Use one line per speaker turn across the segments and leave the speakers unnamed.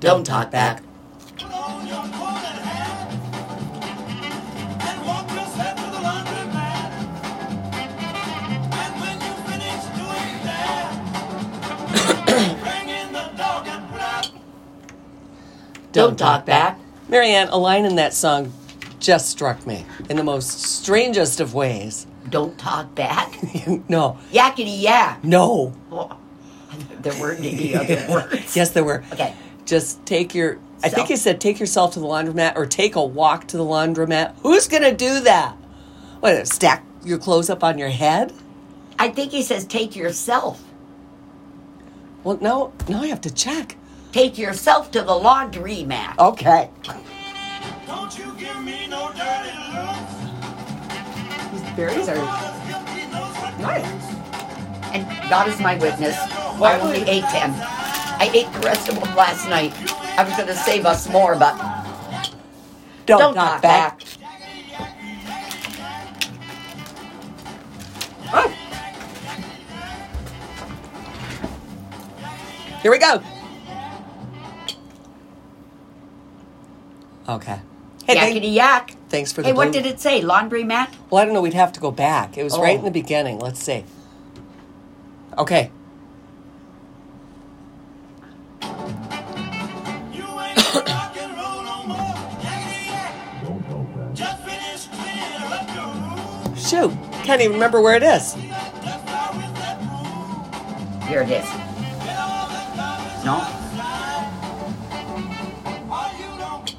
Don't talk back. Don't talk back.
Marianne, a line in that song just struck me in the most strangest of ways.
Don't talk back.
no,
Yakety yak.
no.
Well, there weren't any other words.
Yes, there were.
Okay.
Just take your. I think
So-
he said take yourself to the laundromat or take a walk to the laundromat. Who's going to do that? What, stack your clothes up on your head?
I think he says take yourself.
Well, no, now I have to check.
Take yourself to the laundry mat.
Okay.
Don't you give me no dirty looks.
These berries are
Father's guilty knows what
nice. And God is my witness. I only ate ten. I ate the rest of them last night. I was going to save us more, but
Don't,
don't
knock
talk back. Oh.
back. Here we go. Okay. Hey, thank-
Yakety yak.
thanks for the
Hey, what
blue-
did it say? Laundry mat?
Well, I don't know. We'd have to go back. It was right
Oh.
in the beginning. Let's see. Okay.
You ain't rock and roll no more. Yakety yak. Just finished cleaning up your room.
Shoot. Can't even remember where it is.
You got dust out with that broom.
Here it is.
Get all that garbage
No.
outside. Or you don't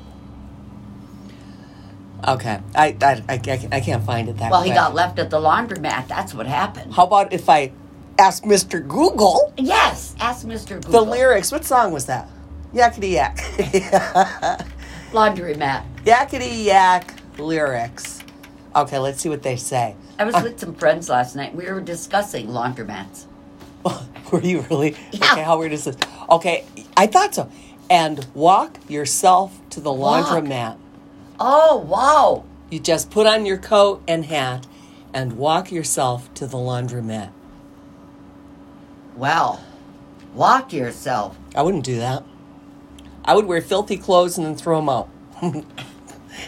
Okay. I, I, I, I- I can't find it that
Well, he
quick.
got left at the laundromat. That's what happened.
How about if I ask Mr. Google
Yes, ask Mr.
the
Google.
lyrics? What song was that? Yakety yak.
laundry mat.
Yakety yak lyrics. Okay, let's see what they say.
I was with some friends last night. We were discussing laundromats.
Were you really?
Yeah.
Okay, how weird is this? Okay, I thought so. And walk yourself to the
Walk.
laundromat.
Oh, wow.
You just put on your coat and hat and walk yourself to the laundromat.
Well, walk yourself.
I wouldn't do that. I would wear filthy clothes and then throw them out.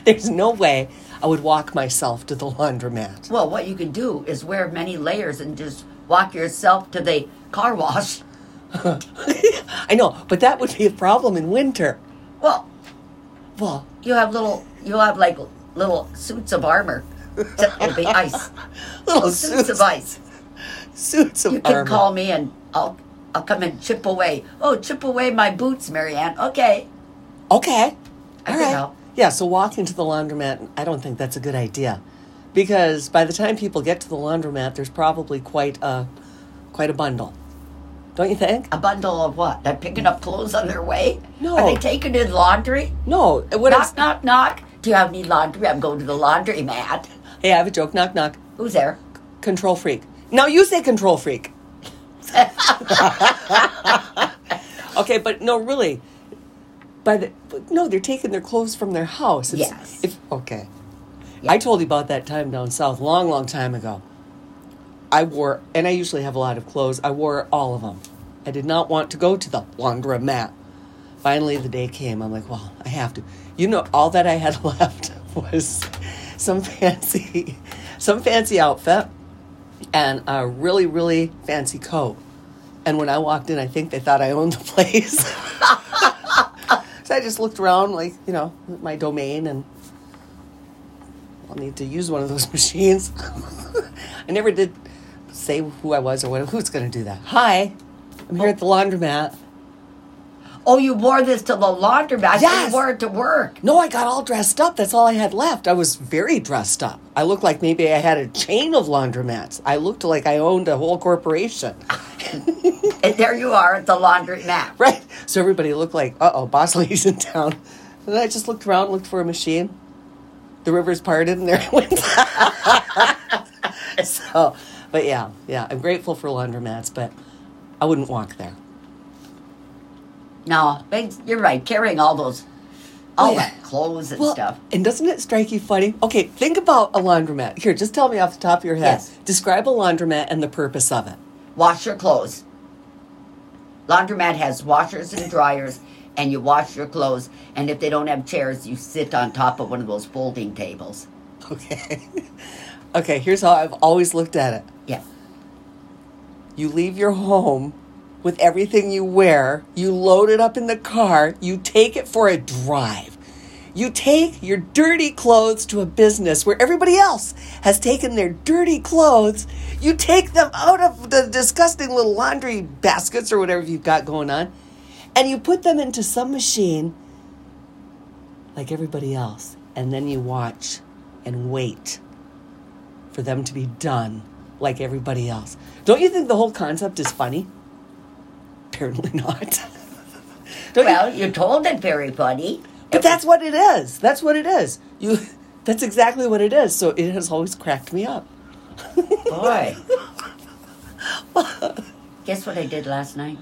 There's no way I would walk myself to the laundromat.
Well, what you can do is wear many layers and just walk yourself to the car wash.
I know, but that would be a problem in winter.
Well,
Well,
you have little, you have like little suits of armor. Except it'll be ice.
little
Little suits of
Oh,
ice.
suits, suits of
You can
armor.
call me and I'll I'll come and chip away. Oh, chip away my boots, Marianne. Okay. I
Okay. All
can
right.
help.
Yeah, so walking to the laundromat, I don't think that's a good idea. Because by the time people get to the laundromat, there's probably quite a quite a bundle. Don't you think?
A bundle of what? They're picking up clothes on their way?
No.
Are they taking in laundry?
No. What
knock,
is,
knock, knock. Do you have any laundry? I'm going to the laundry mat.
hey, I have a joke. Knock knock.
Who's there?
Control freak. Now you say control freak. okay, but no, really. By the but no, they're taking their clothes from their house.
Yes.
If, okay.
Yeah.
I told you about that time down south, long, long time ago. I wore, and I usually have a lot of clothes. I wore all of them. I did not want to go to the laundromat. Finally, the day came. I'm like, well, I have to. You know, all that I had left was some fancy, some fancy outfit, and a really, really fancy coat. And when I walked in, I think they thought I owned the place. so I just looked around, like you know, my domain, and I'll need to use one of those machines. I never did say who I was or what. Who's going to do that? Hi, I'm here at the laundromat.
Oh, you wore this to the laundromat. I thought
Yes.
You wore it to work.
No, I got all dressed up. That's all I had left. I was very dressed up. I looked like maybe I had a chain of laundromats. I looked like I owned a whole corporation.
And there you are at the laundry mat.
Right? So everybody looked like, uh oh, boss lady's in town. And I just looked around, looked for a machine. The river's parted and there it went. so, but yeah, yeah, I'm grateful for laundromats, but I wouldn't walk there.
No, thanks. you're right. Carrying all those, all
Oh, yeah.
that clothes and stuff.
And doesn't it strike you funny? Okay, think about a laundromat. Here, just tell me off the top of your head.
Yes.
Describe a laundromat and the purpose of it.
Wash your clothes. Laundromat has washers and dryers and you wash your clothes. And if they don't have chairs, you sit on top of one of those folding tables.
Okay. okay, here's how I've always looked at it.
Yeah.
You leave your home with everything you wear, you load it up in the car, you take it for a drive. You take your dirty clothes to a business where everybody else has taken their dirty clothes. You take them out of the disgusting little laundry baskets or whatever you've got going on, and you put them into some machine like everybody else. And then you watch and wait for them to be done like everybody else. Don't you think the whole concept is funny? Apparently not. Don't you-
Well, you told it very funny.
but that's what it is. That's what it is. You that's exactly what it is. So it has always cracked me up.
Boy. Guess what I did last night?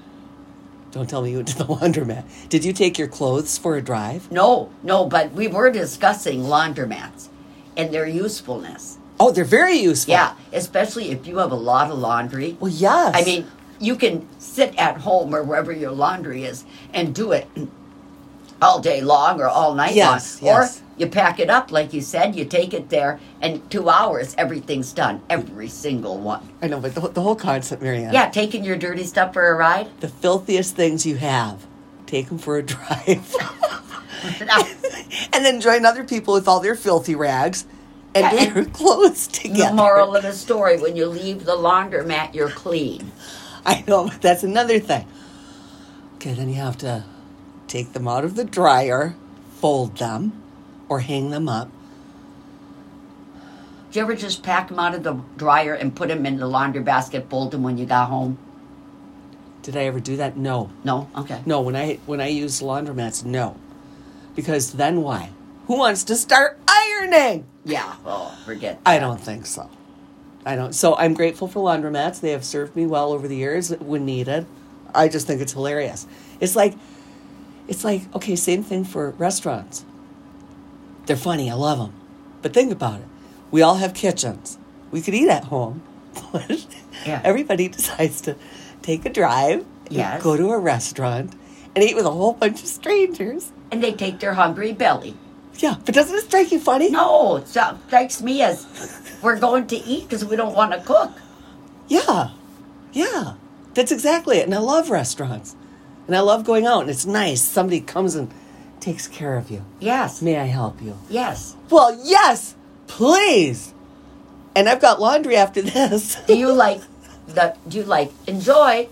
Don't tell me you went to the laundromat. Did you take your clothes for a drive?
No, no, but we were discussing laundromats and their usefulness.
Oh, they're very useful.
Yeah, especially if you have a lot of laundry.
Well, yes.
I mean, you can sit at home or wherever your laundry is and do it all day long or all night
Yes,
long.
yes.
Or you pack it up, like you said, you take it there, and two hours, everything's done. Every single one.
I know, but the, the whole concept, Marianne.
Yeah, taking your dirty stuff for a ride.
The filthiest things you have, take them for a drive, and then join other people with all their filthy rags and
Yeah,
their clothes
the
together.
moral of the story when you leave the laundromat, you're clean.
I know, but that's another thing. Okay, then you have to take them out of the dryer, fold them, or hang them up.
Did you ever just pack them out of the dryer and put them in the laundry basket, fold them when you got home?
Did I ever do that? No.
No? Okay.
No, when I when I used laundromats, no. Because then why? Who wants to start ironing?
Yeah. Oh, forget
I don't think so. I don't. So I'm grateful for laundromats. They have served me well over the years when needed. I just think it's hilarious. It's like, it's like okay, same thing for restaurants. They're funny. I love them, but think about it. We all have kitchens. We could eat at home, but
Yeah.
everybody decides to take a drive, and
Yes.
go to a restaurant, and eat with a whole bunch of strangers.
And they take their hungry belly.
Yeah, but doesn't it strike you funny?
No, it so- strikes me as we're going to eat because we don't want to cook.
Yeah, yeah, that's exactly it. And I love restaurants, and I love going out, and it's nice. Somebody comes and takes care of you.
Yes.
May I help you?
Yes.
Well, yes, please. And I've got laundry after this.
Do you like the? Do you like enjoy?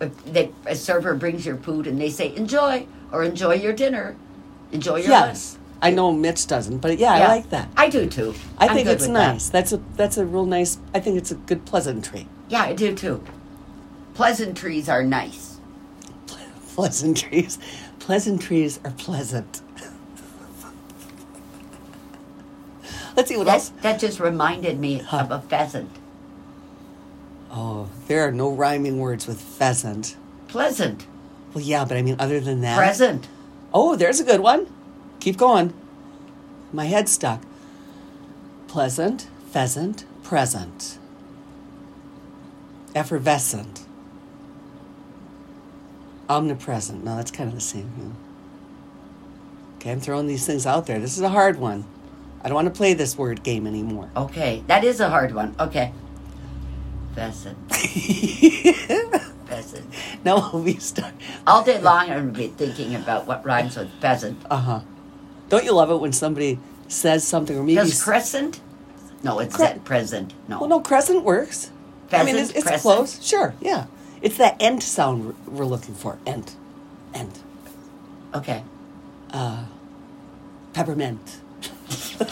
If they, a server brings your food and they say enjoy or enjoy your dinner, enjoy your
yes,
lunch.
I know Mitch doesn't, but yeah, I
Yeah.
like that.
I do too.
I
I'm
think
good
it's
with that.
nice. That's a that's a real nice. I think it's a good pleasantry.
Yeah, I do too. Pleasantries are nice.
Pleasantries, pleasantries are pleasant. Let's see what
That,
else.
that just reminded me of a pheasant.
Oh, there are no rhyming words with pheasant.
Pleasant.
Well, yeah, but I mean, other than that.
Present.
Oh, there's a good one. Keep going. My head's stuck. Pleasant, pheasant, present. Effervescent. Omnipresent. No, that's kind of the same. yeah. Okay, I'm throwing these things out there. This is a hard one. I don't want to play this word game anymore.
Okay, that is a hard one. Okay. Pheasant. pheasant.
Now we'll be stuck.
All day long, I'm going to be thinking about what rhymes with pheasant.
Uh huh. Don't you love it when somebody says something or maybe
Does crescent? No, it's
Cre-
that present. No.
Well, no, crescent works. I mean,
Pheasant,
it's, it's
crescent.
close. Sure, yeah. It's that end sound we're- we're looking for. End. End.
Okay.
Peppermint.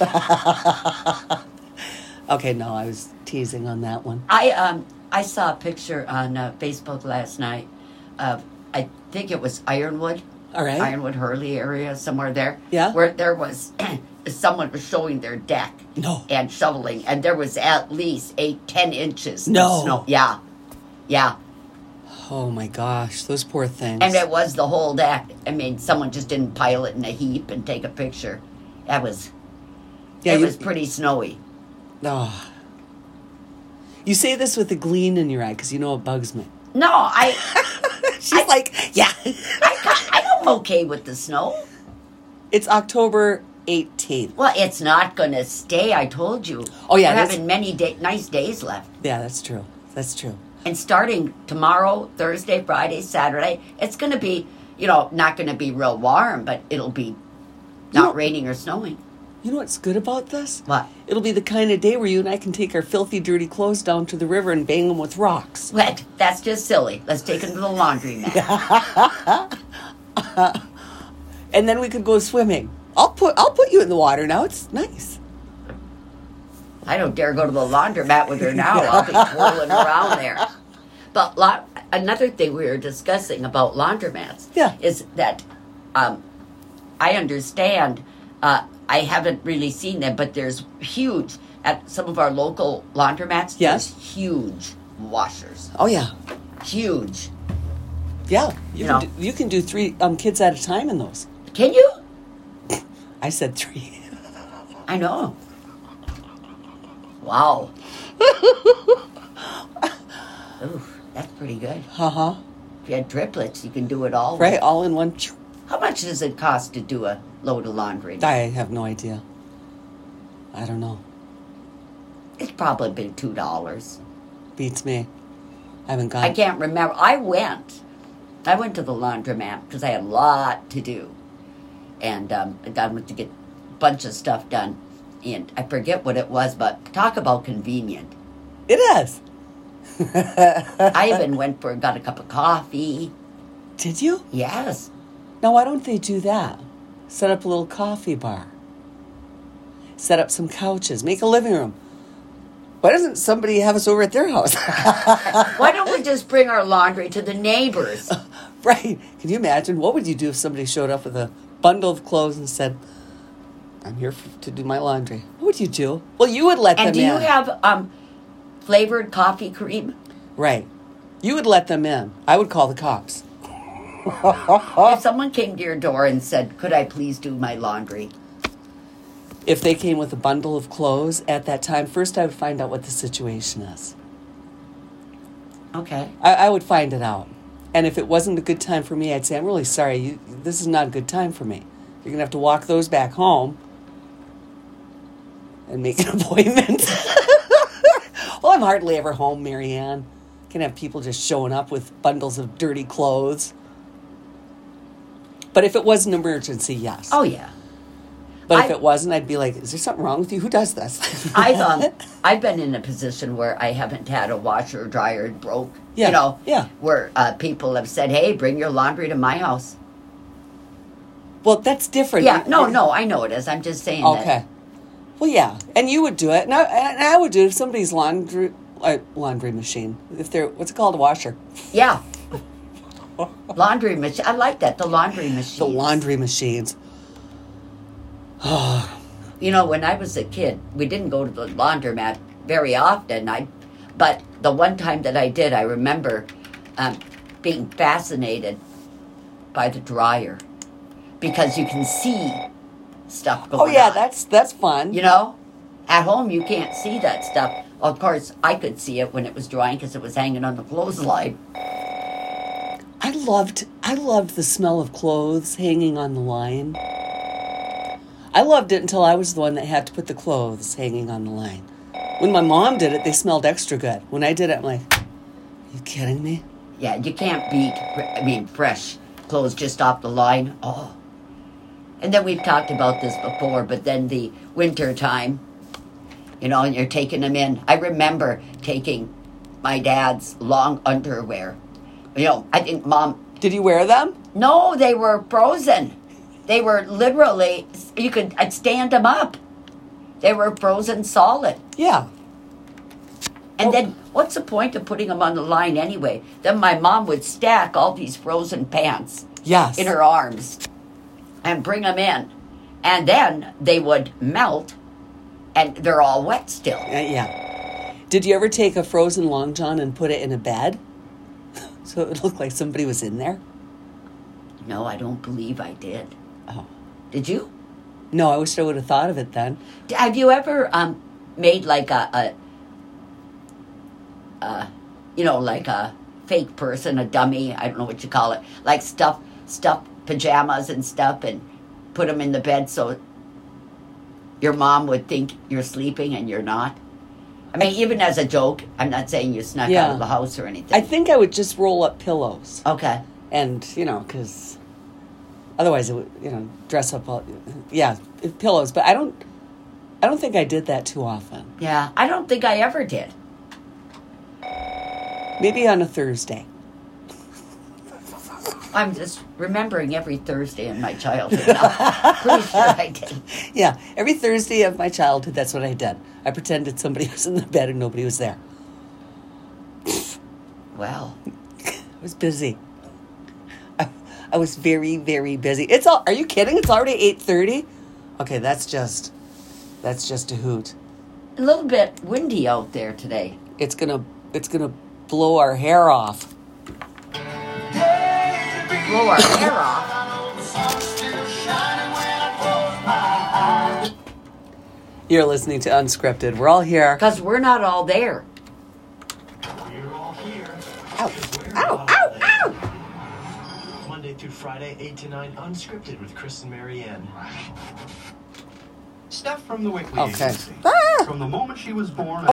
okay, no, I was teasing on that one.
I um I saw a picture on uh, Facebook last night of I think it was Ironwood.
All right.
Ironwood Hurley area somewhere there.
Yeah.
Where there was someone was showing their deck.
No.
And shoveling, and there was at least eight, ten inches.
No.
Of snow. Yeah. Yeah.
Oh my gosh, those poor things.
And it was the whole deck. I mean, someone just didn't pile it in a heap and take a picture. That was.
Yeah,
it
you-
was pretty snowy.
Oh. You say this with a gleam in your eye because you know it bugs me.
No, I.
She's like, yeah.
I, ca- I'm okay with the snow.
It's October 18th.
Well, it's not going to stay. I told you.
Oh, yeah,
we're
that's-
having many day- nice days left.
Yeah, that's true. That's true.
And starting tomorrow, Thursday, Friday, Saturday, it's going to be, you know, not going to be real warm, but it'll be
know-
not raining or snowing.
You know what's good about this?
What?
It'll be the kind of day where you and I can take our filthy, dirty clothes down to the river and bang them with rocks.
What? That's just silly. Let's take them to the laundromat.
And then we could go swimming. I'll put I'll put you in the water now. It's nice.
I don't dare go to the laundromat with her now. I'll be twirling around there. But la- another thing we were discussing about laundromats
Yeah.
is that um, I understand. Uh, I haven't really seen them, but there's huge at some of our local laundromats.
Yes.
there's huge washers,
Oh yeah.
huge.
Yeah. You,
Yeah.
Can, do, you can do three um, kids at a time in those.
Can you?
I said three.
I know. Wow. Ooh, that's pretty good.
Uh-huh.
If you had triplets, you can do it all.
Right? All in one. choo.
How much does it cost to do a load of laundry?
I have no idea. I don't know.
It's probably been two dollars.
Beats me. I haven't gone.
I can't remember. I went. I went to the laundromat because I had a lot to do, and um, I went to get a bunch of stuff done. And I forget what it was, but talk about convenient.
It is.
I even went for got a cup of coffee.
Did you?
Yes,
Now, why don't they do that? Set up a little coffee bar. Set up some couches. Make a living room. Why doesn't somebody have us over at their house?
why don't we just bring our laundry to the neighbors?
right. Can you imagine? What would you do if somebody showed up with a bundle of clothes and said, I'm here f to do my laundry? What would you do? Well, you would let
And
them
do you
in.
have um, flavored coffee cream?
right. You would let them in. I would call the cops. Oh.
If someone came to your door and said, "Could I please do my laundry?"
If they came with a bundle of clothes at that time, first I would find out what the situation is.
Okay.
I, I would find it out. And if it wasn't a good time for me, I'd say, I'm really sorry. You, this is not a good time for me. You're going to have to walk those back home and make an appointment. well, I'm hardly ever home, Marianne. Can have people just showing up with bundles of dirty clothes. But if it was an emergency, yes.
Oh yeah.
but if
I-
it wasn't, I'd be like, is there something wrong with you? Who does this?
I've um, I've been in a position where I haven't had a washer or dryer broke.
Yeah,
You know.
yeah.
Where uh, people have said, "Hey, bring your laundry to my house."
well, that's different.
Yeah.
You-
No,
you-
no, I know it is. I'm just saying. that-
Okay. Well, yeah, and you would do it, and I, and I would do it if somebody's laundry uh, laundry machine, if they're what's it called, a washer,
yeah. laundry machine. I like that. The laundry machine.
the laundry machines.
You know, when I was a kid, we didn't go to the laundromat very often. I, but the one time that I did, I remember um, being fascinated by the dryer because you can see stuff going
Oh
on.
yeah, that's that's fun.
you know, at home you can't see that stuff. Of course, I could see it when it was drying because it was hanging on the clothesline.
I loved I loved the smell of clothes hanging on the line. I loved it until I was the one that had to put the clothes hanging on the line. When my mom did it, they smelled extra good. When I did it, I'm like, you kidding me?
Yeah, you can't beat, I mean, fresh clothes just off the line. Oh. And then we've talked about this before, but then the winter time, you know, and you're taking them in. I remember taking my dad's long underwear. You know, I think mom,
Did you wear them?
no, they were frozen. They were literally, you could I'd stand them up. They were frozen solid.
Yeah.
And then, what's the point of putting them on the line anyway? Then my mom would stack all these frozen pants
Yes.
in her arms and bring them in. And then they would melt and they're all wet still.
Uh, yeah. Did you ever take a frozen long john and put it in a bed? so it looked like somebody was in there?
No, I don't believe I did.
Oh.
Did you?
No, I wish I would have thought of it then.
D- Have you ever um, made like a, a, a, you know, like a fake person, a dummy, I don't know what you call it, like stuff, stuff pajamas and stuff and put them in the bed so your mom would think you're sleeping and you're not. I mean, even as a joke, I'm not saying you snuck out
Yeah.
of the house or anything.
I think I would just roll up pillows.
okay.
and you know because otherwise it would you know dress up all yeah pillows but i don't i don't think i did that too often
Yeah. I don't think I ever did.
maybe on a thursday
I'm just remembering every Thursday in my childhood. I'm pretty sure I did.
yeah every thursday of my childhood that's what i did i pretended somebody was in the bed and nobody was there
Wow.
i was busy i, I was very very busy it's all are you kidding it's already 8.30 okay that's just that's just a hoot
A little bit windy out there today.
it's gonna it's gonna blow our hair off
Blow our hair off.
you're listening to unscripted we're all here
Because we're not all there.
Ow, ow, ow, ow!
Monday through Friday, 8 to 9, unscripted with Chris and Marianne. Steph from the Weekly
Okay.
Agency. From the moment she was born.